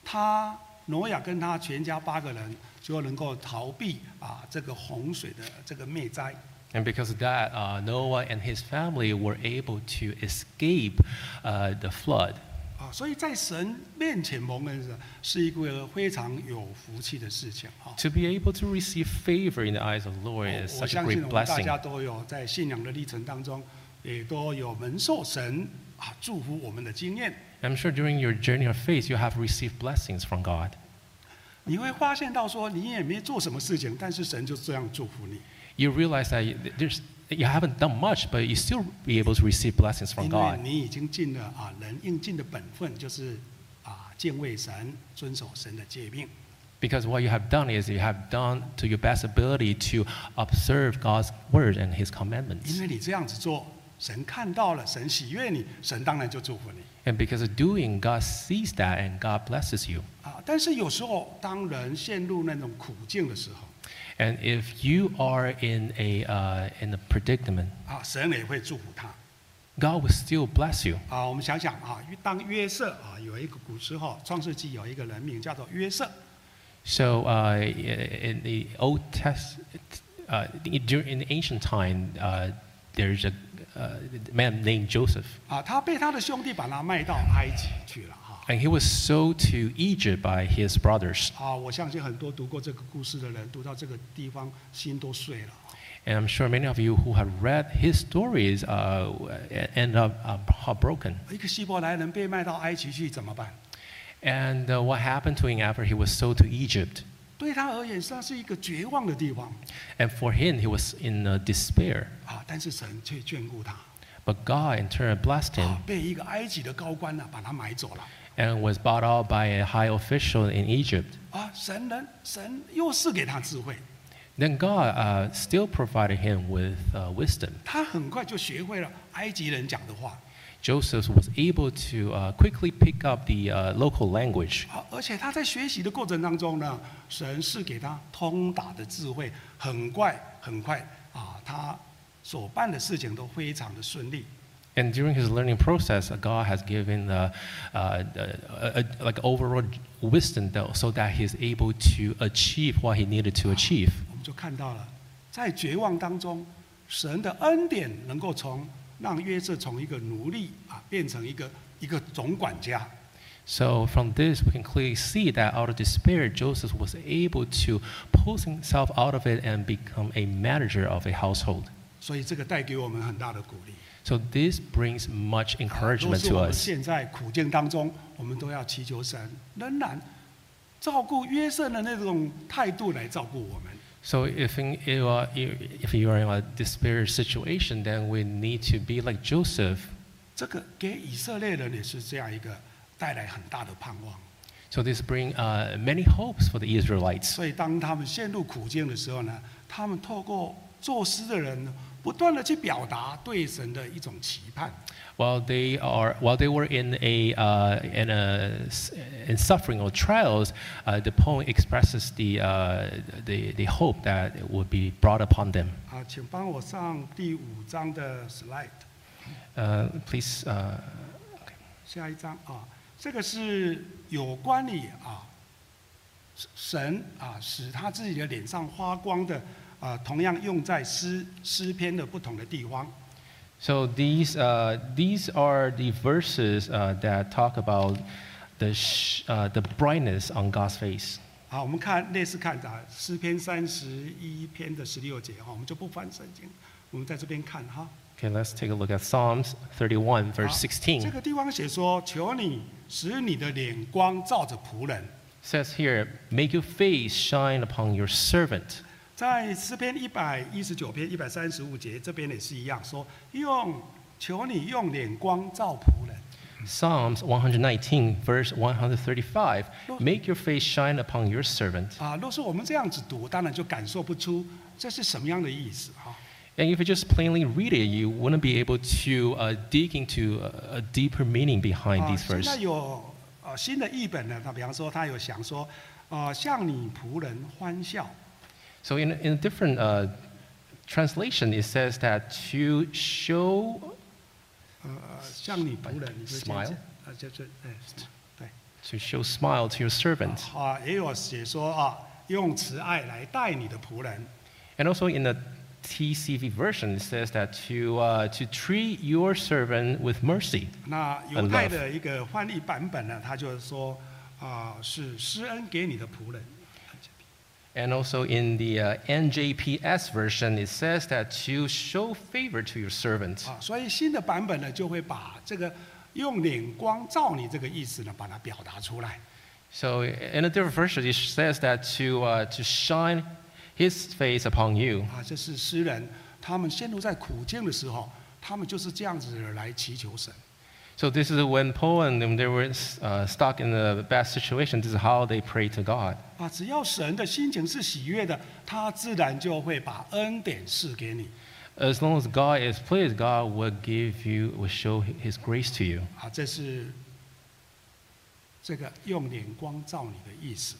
S1: 他挪亚跟他全家八个人就能够逃避啊这个洪水的这个灭灾
S2: And because of that, uh, Noah and his family were able to escape uh, the flood.
S1: 啊，所以在神面前蒙恩是是一个非常有福气的事情啊。
S2: To be able to receive favor in the eyes of the Lord is
S1: 我
S2: such a
S1: 相信
S2: great
S1: 我们大
S2: blessing.
S1: 家都有在信仰的历程当中，也都有蒙受神啊祝福我们的经验。
S2: I'm sure during your journey of faith, you have received blessings from God.
S1: 你会发现到说，你也没做什么事情，但是神就这样祝福你，
S2: You realize that you- there's, you haven't done much, but you still be able to receive blessings from
S1: 因为
S2: God
S1: 你已经尽了啊人应尽的本分，就是啊敬畏神，遵守神的诫命。
S2: because what you have done is you have done to your best ability to observe God's word and His
S1: 因
S2: commandments.
S1: 为你这样子做，神看到了，神喜悦你，神当然就祝福你
S2: And because of doing, God sees that and God blesses you.
S1: 啊。但是有时候，当人陷入那种苦境的时候
S2: And if you are in a, uh, in a predicament,
S1: 啊，神也会祝福他。
S2: God will still bless you.
S1: 啊，我们想想啊，当约瑟啊，有一个古时候《创世纪》有一个人名叫做约瑟
S2: So uh, in the Old Test, uh, during, in the ancient time, uh, there's a uh, man named Joseph,
S1: 啊，他被他的兄弟把他卖到埃及去了啊哈
S2: and he was sold to Egypt by his brothers.
S1: 啊，我相信很多读过这个故事的人，读到这个地方心都碎了。啊
S2: And I'm sure many of you who have read his stories uh, end up uh, heartbroken.
S1: 一个希伯来人被卖到埃及去怎么办？
S2: And uh, what happened to him after he was sold to Egypt?
S1: 对他而言，那是一个绝望的地方
S2: And for him, he was in uh, despair.
S1: 啊，但是神却眷顾他
S2: But God in turn blessed him
S1: 啊，被一个埃及的高官啊呢、把他买走了
S2: and was bought out by a high official in Egypt.
S1: 啊，神人神又是给他智慧，
S2: Then God uh, still provided him with uh, wisdom.
S1: 他很快就学会了埃及人讲的话。
S2: Joseph was able to uh, quickly pick up the uh, local language.
S1: 好，而且他在学习的过程当中呢，神是给他通达的智慧，很快很快啊，他所办的事情都非常的顺利
S2: And during his learning process, uh, God has given uh, uh, a, a, like overall wisdom though, so that he's able to achieve what he needed to achieve.
S1: 我们就看到了，在绝望当中，神的恩典能够从让约瑟从一个奴隶啊变成一个一个总管家
S2: So from this, we can clearly see that out of despair, Joseph was able to pull himself out of it and become a manager of a household.
S1: 所以这个带给我们很大的鼓励。
S2: So this brings much
S1: 都
S2: encouragement
S1: 是
S2: to
S1: 我们
S2: us.
S1: 现在苦境当中，我们都要祈求神仍然照顾约瑟的那种态度来照顾我们。
S2: So if in, you are, if you are in a despair situation, then we need to be like Joseph.
S1: 这个给以色列人也是这样一个带来很大的盼望。
S2: So this brings uh, many hopes for the Israelites.
S1: 所以当他们陷入苦境的时候呢，他们透过作诗的人呢，不断的去表达对神的一种期盼。
S2: While they are, while they were in a, uh, in a, s- in suffering or trials, uh, the poem expresses the, uh, the, the hope that it would be brought upon them.
S1: 啊，请帮我上第五章的 slide，
S2: Uh, please, uh,
S1: 下一章啊，这个是有关于啊神啊，使他自己的脸上发光的啊，同样用在诗诗篇的不同的地方。
S2: So these, uh, these are the verses uh, that talk about the, sh- uh, the brightness on God's face.
S1: 啊好，我们看类似看啊，诗篇三十一篇的十六节啊哈，我们就不翻圣经，我们在这边看哈。
S2: Okay, let's take a look at Psalms 31,
S1: 好
S2: verse
S1: 这
S2: 16.
S1: 个地方写说：“求你使你的脸光照着仆人。
S2: says here, Make your face shine upon your servant. ”
S1: 在诗篇一百一十九篇一百三十五节这边也是一样，说用求你用脸光照仆人。
S2: Psalms 119, verse 135 Make your face shine upon your servant.
S1: 啊，若是我们这样子读，当然就感受不出这是什么样的意思哈、
S2: And if you just plainly read it, you wouldn't be able to uh, dig into a, a deeper meaning behind
S1: 啊，
S2: these
S1: 现在
S2: verses.
S1: 有呃新的译本呢，他比方说他有想说，呃，向你仆人欢笑
S2: So, in, in a different uh, translation, it says that to show,
S1: 呃，呃向你仆人，你就这样子
S2: Smile
S1: 呃，就是哎，对，
S2: to show smile to your servant.
S1: 啊，也有写说啊，用慈爱来待你的仆人
S2: And also in the TCV version, it says that to, uh, to treat your servant with mercy.
S1: 那犹太的一个翻译版本呢，他就是说，啊、是施恩给你的仆人。
S2: And also in the uh, NJPS version, it says that to show favor to your servant.
S1: 啊，所以新的版本呢，就会把这个用脸光照你这个意思呢，把它表达出来。
S2: So uh, in a different version, it says that to, uh, to shine his face upon you.
S1: 啊，这是诗人他们陷入在苦境的时候，他们就是这样子来祈求神。
S2: So this is when Paul and them, they were uh, stuck in a bad situation. This is how they pray to God.
S1: 啊，只要神的心情是喜悦的，他自然就会把恩典赐给你。
S2: As long as God is pleased, God will give you, will show his grace to you.
S1: 啊，这是这个用脸光照你的意思。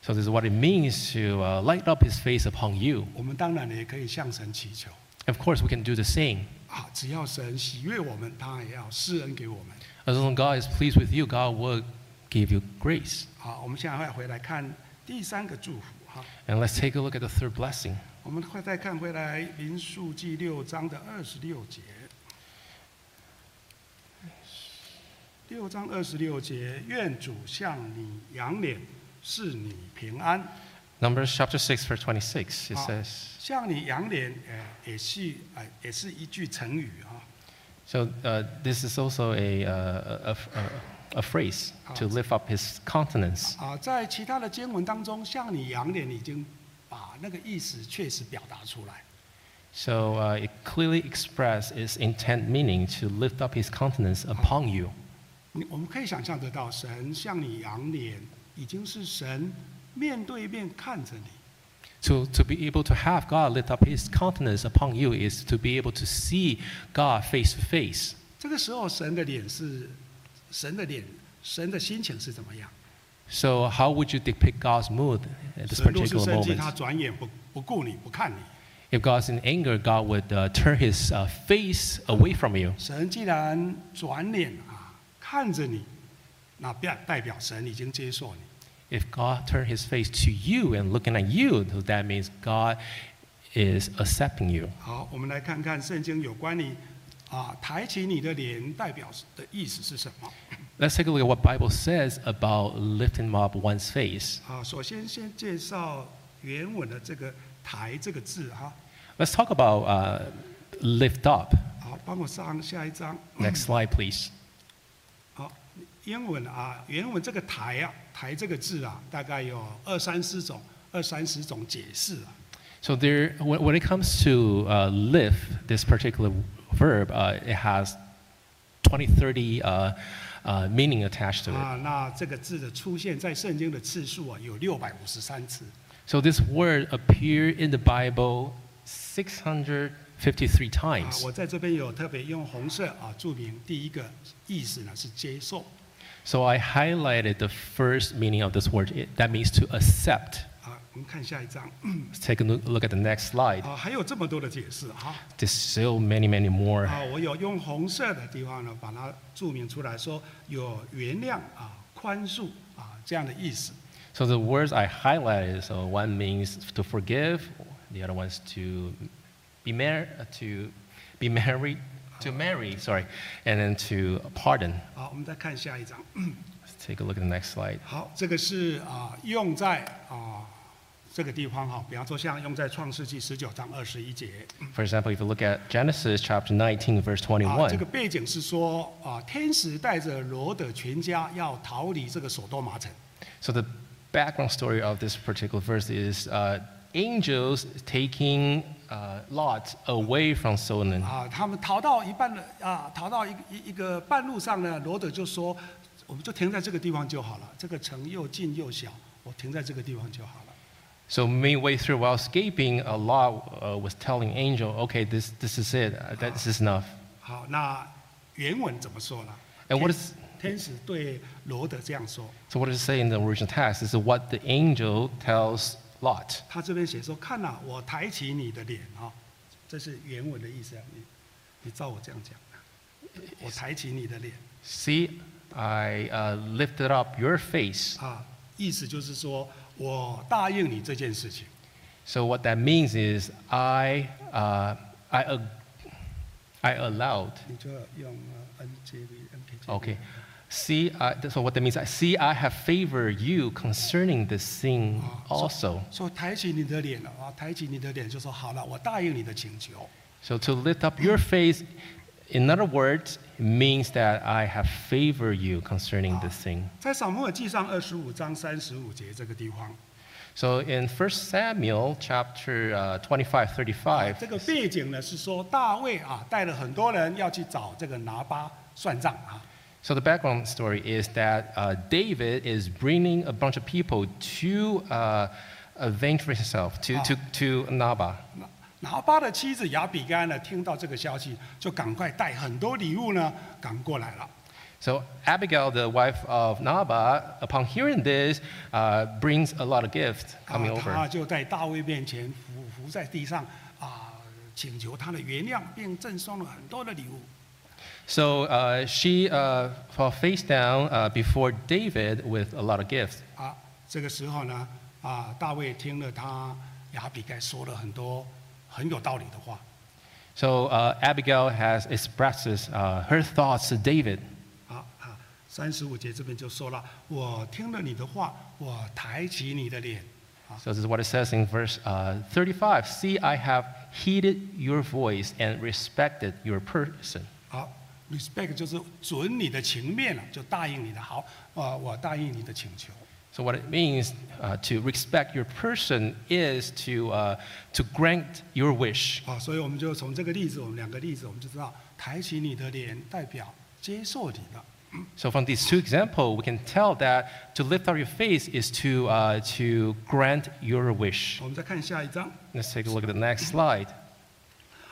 S2: So this is what it means to uh, light up his face upon you.
S1: 我们当然也可以向神祈求
S2: Of course, we can do the same.
S1: 啊，只要神喜悦我们，他也要施恩给我们。
S2: As long as God is pleased with you, God will give you grace.
S1: 好，我们现在会回来看第三个祝福哈、
S2: And let's take a look at the third blessing.
S1: 我们快再看回来《民数记》六章的二十六节。六章二十六节，愿主向你扬脸，赐你平安；
S2: Numbers chapter 6, verse 26. It
S1: Ah.
S2: says,
S1: 向你扬脸，呃，也是呃，也是一句成语啊。
S2: so uh, this is also a, uh, a, a, a phrase to
S1: Ah.
S2: lift up his countenance.
S1: 啊，在其他的经文当中，向你扬脸已经把那个意思确实表达出来。
S2: So uh, it clearly expressed its intent meaning to lift up his countenance
S1: Ah.
S2: upon you.
S1: 你我们可以想象得到，神向你扬脸，已经是神面对面看着你。
S2: To, to be able to have God lift up his countenance upon you is to be able to see God face to face.
S1: 这个时候，神的脸是神的脸，神的心情是怎么样？
S2: So how would you depict God's mood at this
S1: 神若是
S2: particular
S1: 生气，他
S2: moment?
S1: 转眼不不顾你，不看你。
S2: If God's in anger, God would uh, turn his uh, face away from you.
S1: 神既然转脸啊，看着你，那代代表神已经接受你。
S2: If God turned his face to you and looking at you, so that means God is accepting you.
S1: 好，我们来看看圣经有关你啊，抬起你的脸代表的意思是什么
S2: Let's take a look at what Bible says about lifting up one's face.
S1: 啊？首先，先介绍原文的这个“抬”这个字哈。
S2: Let's talk about uh, lift up.
S1: 好，帮我上下一张。
S2: Next slide, please.
S1: 好，英文啊，原文这个“台”啊，“台”这个字啊，大概有二三十种、二三十种解释啊。
S2: So there, when, when it comes to uh, lift, this particular verb, uh, it has 20, 30 uh, uh, meaning attached to it.
S1: 啊，那这个字的出现在圣经的次数啊，有六百五十三次。啊
S2: So this word appeared in the Bible
S1: 啊，
S2: 653 times.
S1: 我在这边有特别用红色啊注明第一个意思呢是接受
S2: So I highlighted the first meaning of this word. It, that means to accept.
S1: 啊。我们看下一张
S2: Let's take a loo- look at the next slide.
S1: 啊，还有这么多的解释哈。
S2: There's so many, many more.
S1: 啊，我有用红色的地方呢，把它注明出来说有原谅啊、宽恕啊这样的意思。
S2: So the words I highlighted, so one means to forgive, the other one's to be mar- to be married, to marry, sorry, and then to pardon.
S1: 好，我们再看下一章。
S2: Let's take a look at the next slide.
S1: 好，这个是啊、用在啊、这个地方哈、比方说像用在创世纪十九章二十一节。
S2: For example, if you look at Genesis chapter 19, verse
S1: 啊，这个
S2: 21,
S1: 背景是说啊、天使带着罗的全家要逃离这个索多玛城。
S2: so the background story of this particular verse is uh, angels taking uh, Lot away from Sodom.
S1: 啊，他们逃到一半了啊，逃到一个一一个半路上呢，罗德就说，我们就停在这个地方就好了，这个城又近又小，我停在这个地方就好了。
S2: So midway through while escaping, a Lot uh, was telling Angel, okay, this, this is it, Uh, this is enough.
S1: 好，那原文怎么说呢？
S2: And what is,
S1: 天使对罗德这样说，
S2: so what does it say in the original text? This is what the angel tells Lot.
S1: 他这边写说，看呐、我抬起你的脸啊、这是原文的意思啊，你你照我这样讲啊，我抬起你的脸
S2: See, I uh, lifted up your face.
S1: 啊，意思就是说我答应你这件事情。
S2: So what that means is I, uh, I, ag- I allowed,
S1: 你就要用呃 NJV、NKJV。
S2: okay. See, I, so what that means, I see, I have favored you concerning this thing also.
S1: 说抬起你的脸了啊，抬起你的脸，就说好了，我答应你的请求。
S2: So to lift up your face, in other words, means that I have favored you concerning this thing.
S1: 在撒母耳记上二十五章三十五节这个地方，
S2: So in 1 Samuel chapter uh, 25, 35,
S1: 啊这个背景呢是说大卫啊带了很多人要去找这个拿巴算账啊。
S2: so the background story is that uh, David is bringing a bunch of people to uh, avenge for himself, to, to, to Nabal.
S1: 拿拿巴的妻子雅比干呢听到这个消息，就赶快带很多礼物呢赶过来了。
S2: So Abigail, the wife of Nabal, upon hearing this, uh, brings a lot of gifts
S1: 啊
S2: coming，over.
S1: 他就在大卫面前伏伏在地上啊，请求他的原谅，并赠送了很多的礼物。
S2: So uh, she uh, fell face down uh, before David with a lot of gifts.
S1: 啊，这个时候呢，啊，大卫听了他亚比该说了很多很有道理的话，
S2: So uh, Abigail has expresses uh, her thoughts to David.
S1: 啊啊，三十五节这边就说了，我听了你的话，我抬起你的脸，啊，
S2: So this is what it says in verse uh, 35. See, I have heeded your voice and respected your person.
S1: 好，respect 就是准你的情面了，就答应你的好，啊，我答应你的请求，
S2: So what it means uh, to respect your person is to, uh, to grant your wish.
S1: 啊，所以我们就从这个例子，我们两个例子，我们就知道，抬起你的脸代表接受你的。
S2: So from these two examples, we can tell that to lift up your face is to, uh, to grant your wish.
S1: 我们再看下一章。
S2: Let's take a look at the next slide.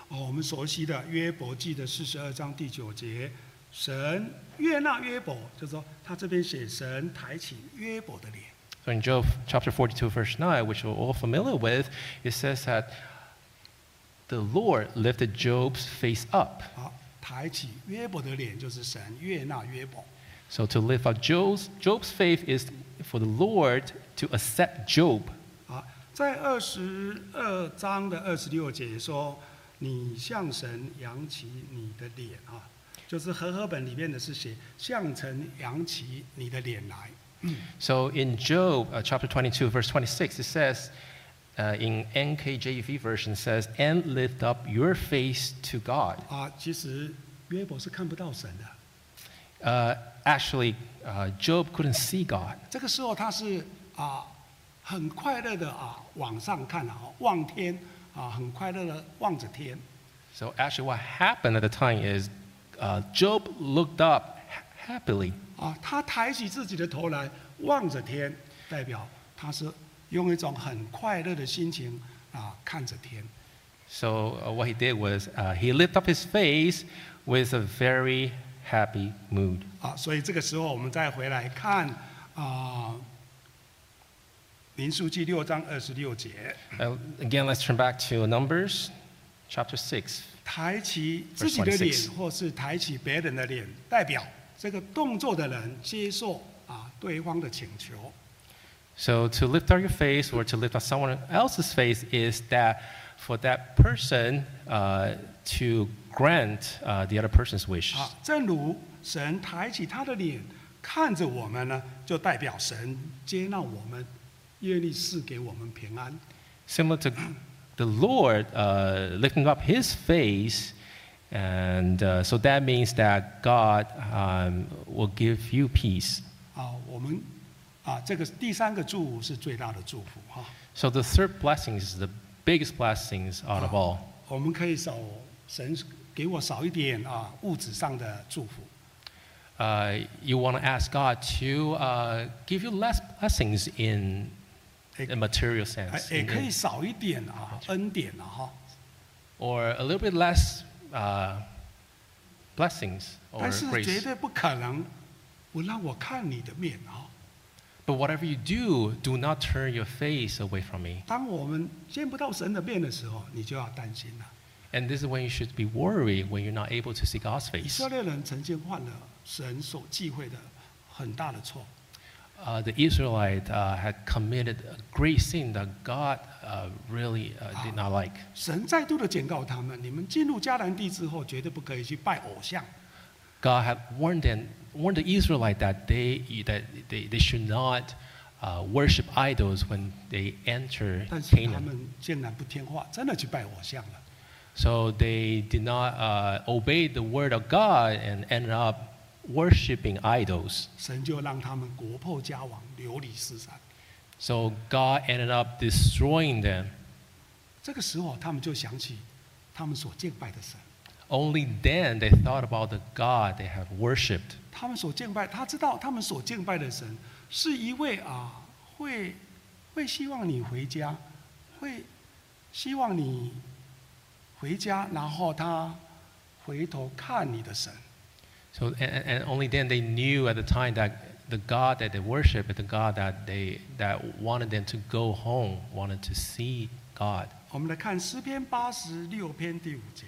S1: 哦，我们熟悉的约伯记的四十二章第九节，神悦纳约伯，就是说他这边写神抬起约伯的脸。
S2: So in Job chapter 42, verse 9, which we're all familiar with, it says that the Lord lifted Job's face up.
S1: 好，抬起约伯的脸就是神悦纳约伯。
S2: So to lift up Job's, Job's faith is for the Lord to accept Job.
S1: 啊，在二十二章的二十六节说：“你向神扬起你的脸啊。”就是和合本里面的是写向神扬起你的脸来。
S2: So in Job uh, chapter 22, verse 26, it says, uh, in NKJV version, it says, and lift up your face to God.
S1: 啊，其实约伯是看不到神的。
S2: Uh, actually, uh, Job couldn't see God.
S1: 这个时候他是啊，很快乐的啊，往上看啊，望天啊，很快乐的望着天
S2: So actually, what happened at the time is uh, Job looked up ha- happily.
S1: 啊，他抬起自己的头来望着天，代表他是用一种很快乐的心情啊看着天
S2: So uh, what he did was uh, he lifted up his face with a very happy mood.
S1: 啊，所以这个时候我们再回来看啊，《民数记》六章二十六节，
S2: Uh, again, let's turn back to Numbers chapter 6.
S1: 抬起自己的
S2: Verse
S1: 脸
S2: 26，
S1: 或是抬起别人的脸，代表这个动作的人接受啊对方的请求。
S2: So to lift up your face or to lift up someone else's face is that for that person uh, to grant uh, the other person's wish.
S1: 啊，正如神抬起他的脸看着我们呢，就代表神接纳我们，愿意赐给我们平安。
S2: Similar to the Lord uh, lifting up his face, and uh, so that means that God um, will give you peace.
S1: 啊，我们啊，这个第三个祝福是最大的祝福哈、
S2: So the third blessing is the biggest blessings out of all.
S1: 我们可以少神给我少一点啊物质上的祝福，
S2: Uh, you want to ask God to uh, give you less blessings in
S1: It-
S2: a material
S1: 哎
S2: sense,
S1: 也
S2: in-
S1: 可
S2: in-
S1: 以少一点啊恩典啊哈、
S2: or a little bit less uh, blessings or
S1: 但是绝
S2: grace.
S1: 对不可能不让我看你的面啊！
S2: But whatever you do, do not turn your face away from me.
S1: 当我们见不到神的面的时候，你就要担心了。
S2: And this is when you should be worried when you're not able to see God's
S1: 以
S2: face.
S1: 色列人曾经犯了神所忌讳的很大的错，
S2: Uh, the Israelite uh, had committed a great sin that God uh, really uh, did not like.
S1: 神再度的警告他们：你们进入迦南地之后，绝对不可以去拜偶像。
S2: God had warned them, warned the Israelite that they that they, they should not uh, worship idols when they enter
S1: 但是他
S2: Canaan.
S1: 们竟然不听话，真的去拜偶像了。
S2: So they did not uh, obey the word of God and ended up worshiping idols.
S1: 神就让他们国破家亡，流离失散。
S2: So God ended up destroying them.
S1: 这个时候，他们就想起他们所敬拜的神，
S2: Only then they thought about the God they have worshipped.
S1: 他们所敬拜，他知道他们所敬拜的神是一位啊，会会希望你回家，会希望你回家，然后他回头看你的神。
S2: So and, and and only then they knew at the time that the God that they worship is the God that they that wanted them to go home, wanted to see God.
S1: 我们来看诗篇八十六篇第五节，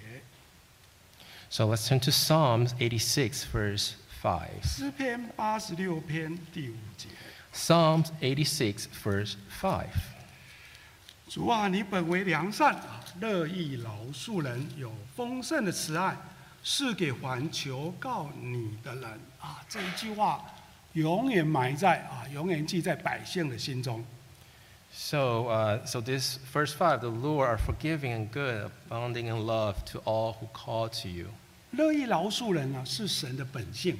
S2: So let's turn to Psalms 86, verse 5.
S1: 诗篇八十六篇第五节。
S2: Psalms 86, verse 5.
S1: 主啊，你本为良善啊，乐意饶恕人，有丰盛的慈爱，是给还求告你的人啊。这一句话永远埋在啊，永远记在百姓的心中。
S2: So, uh, so this verse 5 the Lord are forgiving and good, abounding in love to all who call to you.
S1: 乐意饶恕人呢、是神的本性，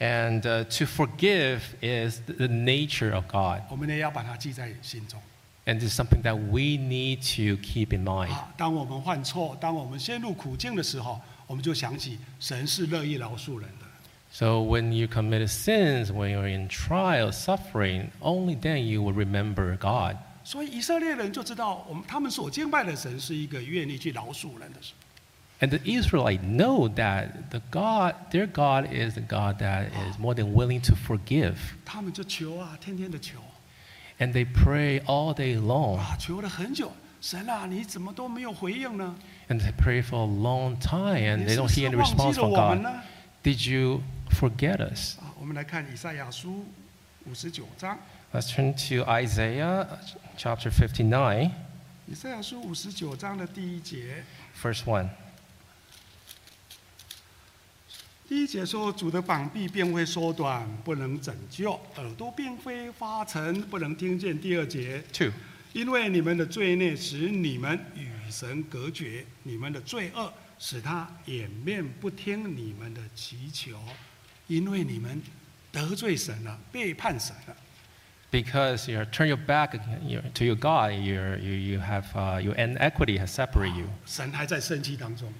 S2: And uh, to forgive is th- the nature of God.
S1: 我们也要把它记在心中
S2: And this is something that we need to keep in mind.
S1: 啊。当我们犯错，当我们陷入苦境的时候，我们就想起神是乐意饶恕人的。
S2: So when you commit sins, when you're in trial, suffering, only then you will remember God.
S1: 所以以色列人就知道，我们他们所敬拜的神是一个愿意去饶恕人的神。
S2: And the Israelite know that the God, their God is the God that is more than willing to forgive.
S1: 他们就求啊，天天的求
S2: And they pray all day long.
S1: 啊，求了很久。神啊，你怎么都没有回应呢？
S2: And they pray for a long time
S1: 你
S2: and they
S1: 是不
S2: don't
S1: 是
S2: hear any
S1: 忘记
S2: response
S1: 了
S2: from
S1: 我们
S2: God.
S1: 呢？
S2: Did you forget us?
S1: 啊，我们来看以赛亚书五十九章。
S2: Let's turn to Isaiah chapter 59,
S1: 以赛亚书五十九章的第一节，
S2: verse 1.
S1: 第一节说：“主的膀臂便会缩短，不能拯救；耳朵便会发沉，不能听见。”第二节，
S2: 2.
S1: 因为你们的罪孽使你们与神隔绝，你们的罪恶使他掩面不听你们的祈求，因为你们得罪神了，背叛神了。
S2: Because you turn your back you know, to your God, you're, you, you have, uh, your inequity has separated you.
S1: 神还在生气当中，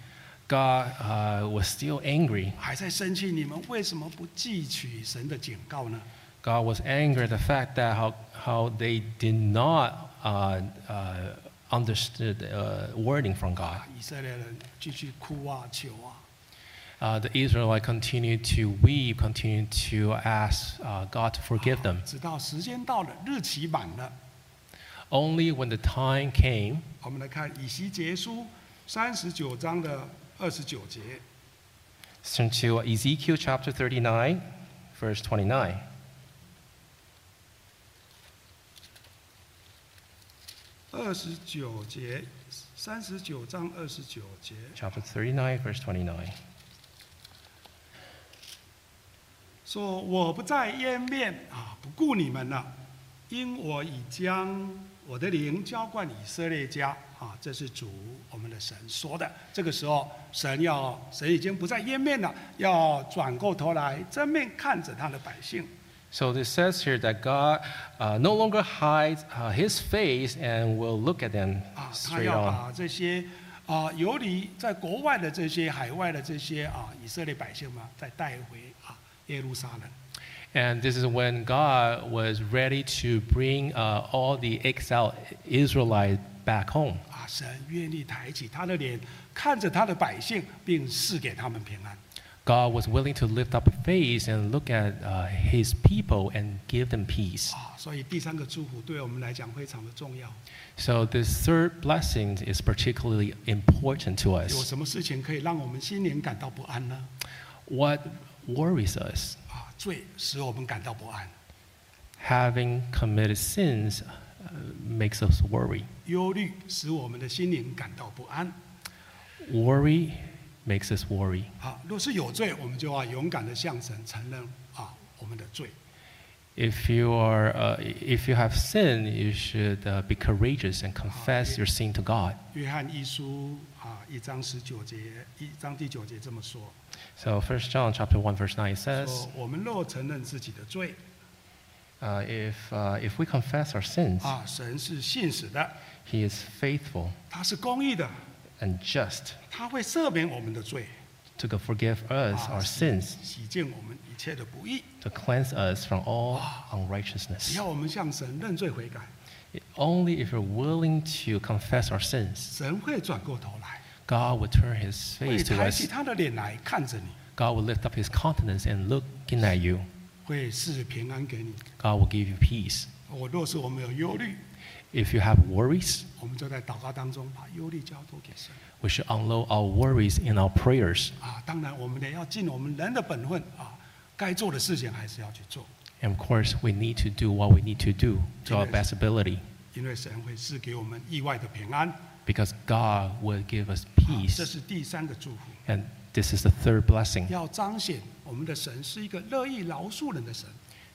S2: God uh, was still angry.
S1: 还在生气，你们为什么不记取神的警告呢？
S2: God was angry at the fact that how, how they did not uh, uh, understood uh, wording from God.
S1: 啊，以色列人继续哭啊求啊，
S2: Uh, the Israelite continued to weep, continued to ask uh, God to forgive them.
S1: 直到时间到了，日期满了。
S2: Only when the time came,
S1: 我们来看以西结书三十九章的二十九节。
S2: let's turn to Ezekiel chapter 39, verse 29.
S1: 二十九节，三十九章二十九节，
S2: chapter 39, verse 29.
S1: 说我不在烟面啊，不顾你们了，因我已将我的灵浇灌以色列家啊，这是主我们的神说的。这个时候，神要神已经不在烟面了，要转过头来正面看着他的百姓。
S2: So this says here that God uh, no longer hides uh, his face and will look at them
S1: 啊，他
S2: straight
S1: 要
S2: on.
S1: 把这些啊游离在国外的这些海外的这些啊以色列百姓嘛，再带回啊耶路撒冷。
S2: And this is when God was ready to bring uh, all the exiled Israelites back home.
S1: 啊，神愿意抬起他的脸，看着他的百姓，并赐给他们平安。
S2: God was willing to lift up his face and look at uh, his people and give them peace.
S1: 啊，所以第三个祝福对我们来讲非常的重要。
S2: So this third blessing is particularly important to
S1: 有
S2: us.
S1: 什么事情可以让我们心灵感到不安呢？
S2: What worries us?
S1: 啊，罪使我们感到不安，
S2: Having committed sins uh, makes us worry.
S1: 忧虑使我们的心灵感到不安。
S2: Worry makes us worry.
S1: 啊，若是有罪，我们就要勇敢的向神承认啊我们的罪。
S2: If you are, uh, if you have sin, you should uh, be courageous and
S1: yeah.
S2: confess your sin to God.
S1: 约翰一书啊一章十九节，一章第九节这么说：
S2: So 1 John chapter 1 verse 9 says,
S1: 说我们若承认自己的罪，
S2: uh, if, uh, if we confess our sins,
S1: 啊，神是信使的，
S2: he is faithful
S1: 他是公义的，
S2: and just
S1: 他会赦免我们的罪，
S2: to go forgive us
S1: Ah, I
S2: our
S1: see.
S2: sins,
S1: 洗净我们一切的不义。
S2: to cleanse us from all
S1: Ah. 只
S2: unrighteousness.
S1: 要我们向神认罪悔改，
S2: Only if we're willing to confess our sins,
S1: 神会转过头来，
S2: God will turn his
S1: 会
S2: face to
S1: 抬起
S2: us.
S1: 他的脸来看着你，
S2: God will lift up his countenance and looking at you.
S1: 会赐平安给你。
S2: God will give you peace.
S1: 我若是我们有忧虑，
S2: If you have worries,
S1: 我们就在祷告当中把忧虑交托给神。
S2: we should unload our worries in our prayers.
S1: 啊，当然我们也要尽我们人的本分啊，该做的事情还是要去做，
S2: And of course, we need to do what we need to do to our
S1: Yes.
S2: best ability
S1: 因为神会赐给我们意外的平安。
S2: because God will give us
S1: 啊这
S2: peace.
S1: 是第三个祝福。
S2: And this is the third blessing
S1: 要彰显我们的神是一个乐意饶恕人的神，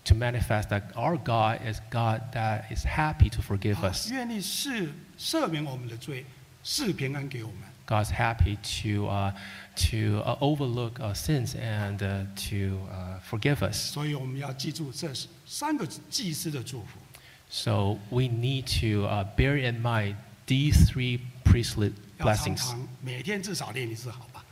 S2: to manifest that our God is God that is happy to forgive
S1: 啊
S2: us.
S1: 愿意是赦免我们的罪，是平安给我们。
S2: God's happy to, uh, to uh, overlook our sins and uh, to uh, forgive us.
S1: 所以我们要记住这三个祭司的祝福
S2: So we need to uh, bear in mind these three priestly
S1: 要常
S2: blessings.
S1: 常每天至少练一次，好吧？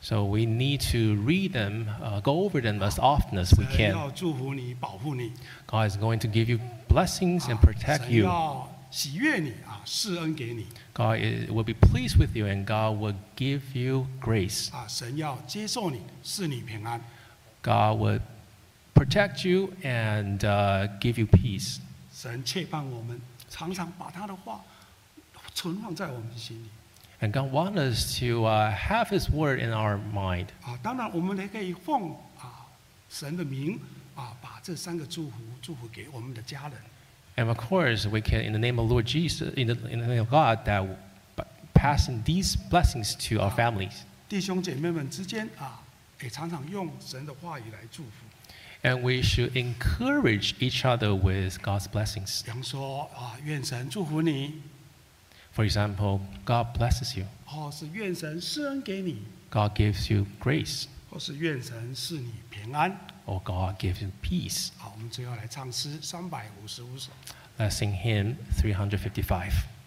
S2: So we need to read them, uh, go over them as often as we
S1: 神
S2: can.
S1: 呃要祝福你，保护你，
S2: God is going to give you blessings
S1: 啊
S2: and protect
S1: 神
S2: you.
S1: 要喜悦你啊，施恩给你
S2: God i- will be pleased with you, and God will give you grace.
S1: 啊，神要接受你，赐你平安。
S2: God will protect you and uh, give you peace.
S1: 神切盼我们常常把他的话存放在我们心里
S2: And God wants us to uh, have His word in our mind.
S1: 啊。当然，我们也可以奉啊神的名啊，把这三个祝福祝福给我们的家人。
S2: And of course, we can, in the name of Lord Jesus, in the, in the name of God, that w- p- passing these blessings to our families.
S1: 弟兄姐妹们之间啊，也常常用神的话语来祝福。
S2: And we should encourage each other with God's blessings.
S1: 比方说啊，愿神祝福你，
S2: For example, God blesses you,
S1: 或哦是愿神施恩给你，
S2: God gives you grace,
S1: 或是愿神赐你平安。
S2: or God gives you peace.
S1: 好，我们最后来唱诗三百五十五首。
S2: Let's sing hymn 355.